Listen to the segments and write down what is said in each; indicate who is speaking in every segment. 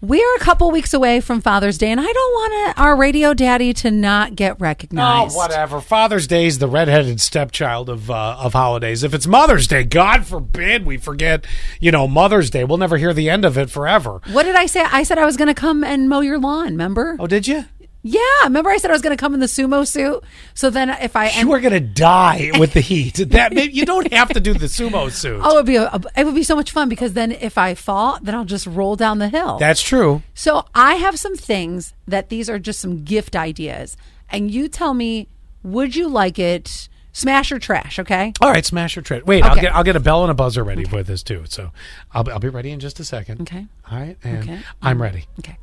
Speaker 1: We're a couple weeks away from Father's Day, and I don't want our radio daddy to not get
Speaker 2: Oh,
Speaker 1: recognized.
Speaker 2: whatever. Father's Day is the redheaded stepchild of uh, of holidays. If it's Mother's Day, God forbid we forget, you know, Mother's Day. We'll never hear the end of it forever.
Speaker 1: What did I say? I said I was going to come and mow your lawn. Remember?
Speaker 2: Oh, did you?
Speaker 1: Yeah, remember I said I was going to come in the sumo suit. So then, if I
Speaker 2: You are gonna die with the heat. That maybe you don't have to do the sumo suit.
Speaker 1: oh, it'd be a, it would be so much fun because then if I fall, then I'll just roll down the hill.
Speaker 2: That's true.
Speaker 1: So I have some things that these are just some gift ideas, and you tell me, would you like it? Smash or trash? Okay.
Speaker 2: All right, smash your trade. Wait, I'll
Speaker 1: Okay.
Speaker 2: get I'll get a bell and a buzzer ready for this too. So I'll, I'll be ready in just a second.
Speaker 1: Okay.
Speaker 2: All right, and
Speaker 1: Okay.
Speaker 2: I'm ready.
Speaker 1: Okay.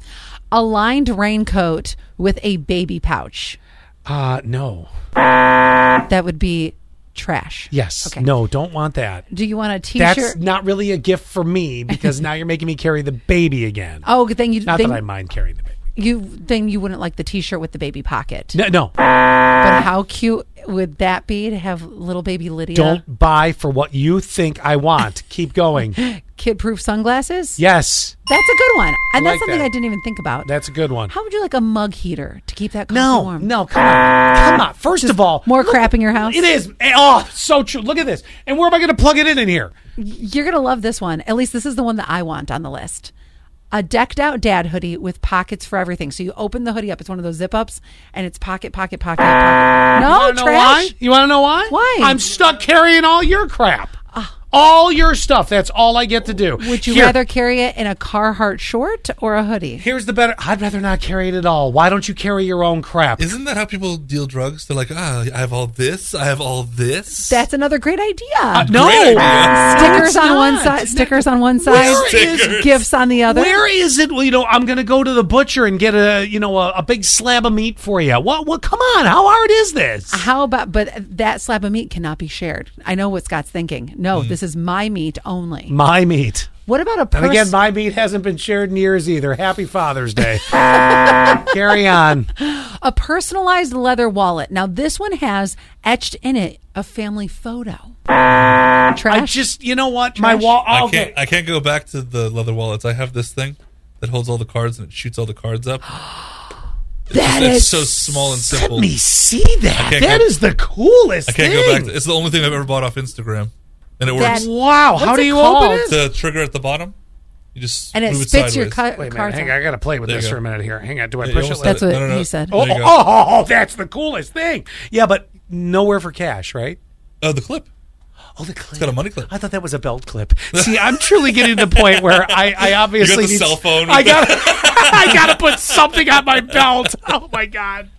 Speaker 1: A lined raincoat with a baby pouch.
Speaker 2: Uh no.
Speaker 1: That would be trash.
Speaker 2: Yes.
Speaker 1: Okay.
Speaker 2: No, don't want that.
Speaker 1: Do you want a
Speaker 2: That's
Speaker 1: t-shirt?
Speaker 2: not really a gift for me because now you're making me carry the baby again.
Speaker 1: oh, then you
Speaker 2: Not
Speaker 1: then
Speaker 2: that I mind carrying the baby.
Speaker 1: you then you wouldn't like the t-shirt with the baby pocket.
Speaker 2: No, no.
Speaker 1: But how cute would that be to have little baby Lydia?
Speaker 2: Don't buy for what you think I want. Keep going.
Speaker 1: Kid-proof sunglasses.
Speaker 2: Yes,
Speaker 1: That's a good one, and
Speaker 2: like
Speaker 1: that's something
Speaker 2: that.
Speaker 1: I didn't even think about.
Speaker 2: that's a good one.
Speaker 1: How would you like a mug heater to keep that coffee
Speaker 2: no,
Speaker 1: warm?
Speaker 2: no, come on, come on. First of all,
Speaker 1: More crap in your house.
Speaker 2: it is. eh, Oh, so true. Look at this. And where am I going to plug it in in here?
Speaker 1: You're gonna love this one. At least this is the one that I want on the list. A decked out dad hoodie with pockets for everything. So you open the hoodie up. It's one of those zip ups, and it's pocket, pocket, pocket, pocket. No
Speaker 2: Wanna know
Speaker 1: Oh, trash.
Speaker 2: why? Ah. You want to know why?
Speaker 1: Why? Ah.
Speaker 2: I'm stuck carrying all your crap, all your stuff. That's all I get to do.
Speaker 1: Would you
Speaker 2: Here-
Speaker 1: rather carry it in a Carhartt short or a hoodie?
Speaker 2: Here's the better. I'd rather not carry it at all. Why don't you carry your own crap?
Speaker 3: Isn't that how people deal drugs? They're like, ah, I have all this, I have all this.
Speaker 1: That's another great idea.
Speaker 2: Uh, no.
Speaker 3: Great idea.
Speaker 1: stickers
Speaker 2: it's
Speaker 1: on one
Speaker 2: not.
Speaker 1: side, stickers on one
Speaker 2: Where
Speaker 1: side,
Speaker 3: Stickers.
Speaker 1: gifts on the other.
Speaker 2: Where is it? You know, I'm going to go to the butcher and get a you know a, a big slab of meat for you. What? What? Come on! How hard is this?
Speaker 1: How about, but that slab of meat cannot be shared. I know what Scott's thinking.
Speaker 2: Hmm.
Speaker 1: No, this is my meat only.
Speaker 2: My meat.
Speaker 1: What about a
Speaker 2: And
Speaker 1: person?
Speaker 2: Hmm. again, my meat hasn't been shared in years either. Happy Father's Day. Carry on.
Speaker 1: A personalized leather wallet. Now, this one has etched in it a family photo.
Speaker 2: I
Speaker 1: Trash.
Speaker 2: just, you know what? My
Speaker 1: Trash.
Speaker 2: wall.
Speaker 3: I
Speaker 2: okay.
Speaker 3: can't. I can't go back to the leather wallets. I have this thing that holds all the cards and it shoots all the cards up.
Speaker 1: that
Speaker 3: It's
Speaker 1: is
Speaker 3: so small and
Speaker 2: Let
Speaker 3: simple.
Speaker 2: me see that.
Speaker 3: can't
Speaker 2: That
Speaker 3: go-
Speaker 2: is the coolest
Speaker 3: I can't
Speaker 2: thing.
Speaker 3: go back. To, it's the only thing I've ever bought off Instagram, and it works.
Speaker 1: That-
Speaker 2: wow. How
Speaker 1: What's
Speaker 2: do
Speaker 1: it
Speaker 2: you
Speaker 1: called?
Speaker 2: open it?
Speaker 3: The trigger at the bottom, you just
Speaker 1: and it
Speaker 3: move
Speaker 1: spits your
Speaker 3: sideways.
Speaker 1: cut
Speaker 2: Wait a minute.
Speaker 1: cards.
Speaker 2: Hang
Speaker 1: out.
Speaker 2: on. I got to play with
Speaker 3: There
Speaker 2: this
Speaker 3: you
Speaker 2: for
Speaker 3: go.
Speaker 2: a minute here. Hang on. Do I
Speaker 3: Yeah, you
Speaker 2: push it?
Speaker 3: almost
Speaker 2: Let-
Speaker 1: That's
Speaker 3: No,
Speaker 1: what
Speaker 3: no, no.
Speaker 1: he said.
Speaker 2: Oh,
Speaker 3: There
Speaker 2: oh,
Speaker 3: you go.
Speaker 2: oh, oh, that's the coolest thing. Yeah, but nowhere for cash, right?
Speaker 3: Oh, the clip.
Speaker 2: Oh, the clip. It's
Speaker 3: got a money clip.
Speaker 2: I thought that was a belt clip. See, I'm truly getting to the point where I, I obviously
Speaker 3: the
Speaker 2: need-
Speaker 3: cell phone.
Speaker 2: I got, I got to put something on my belt. Oh my god.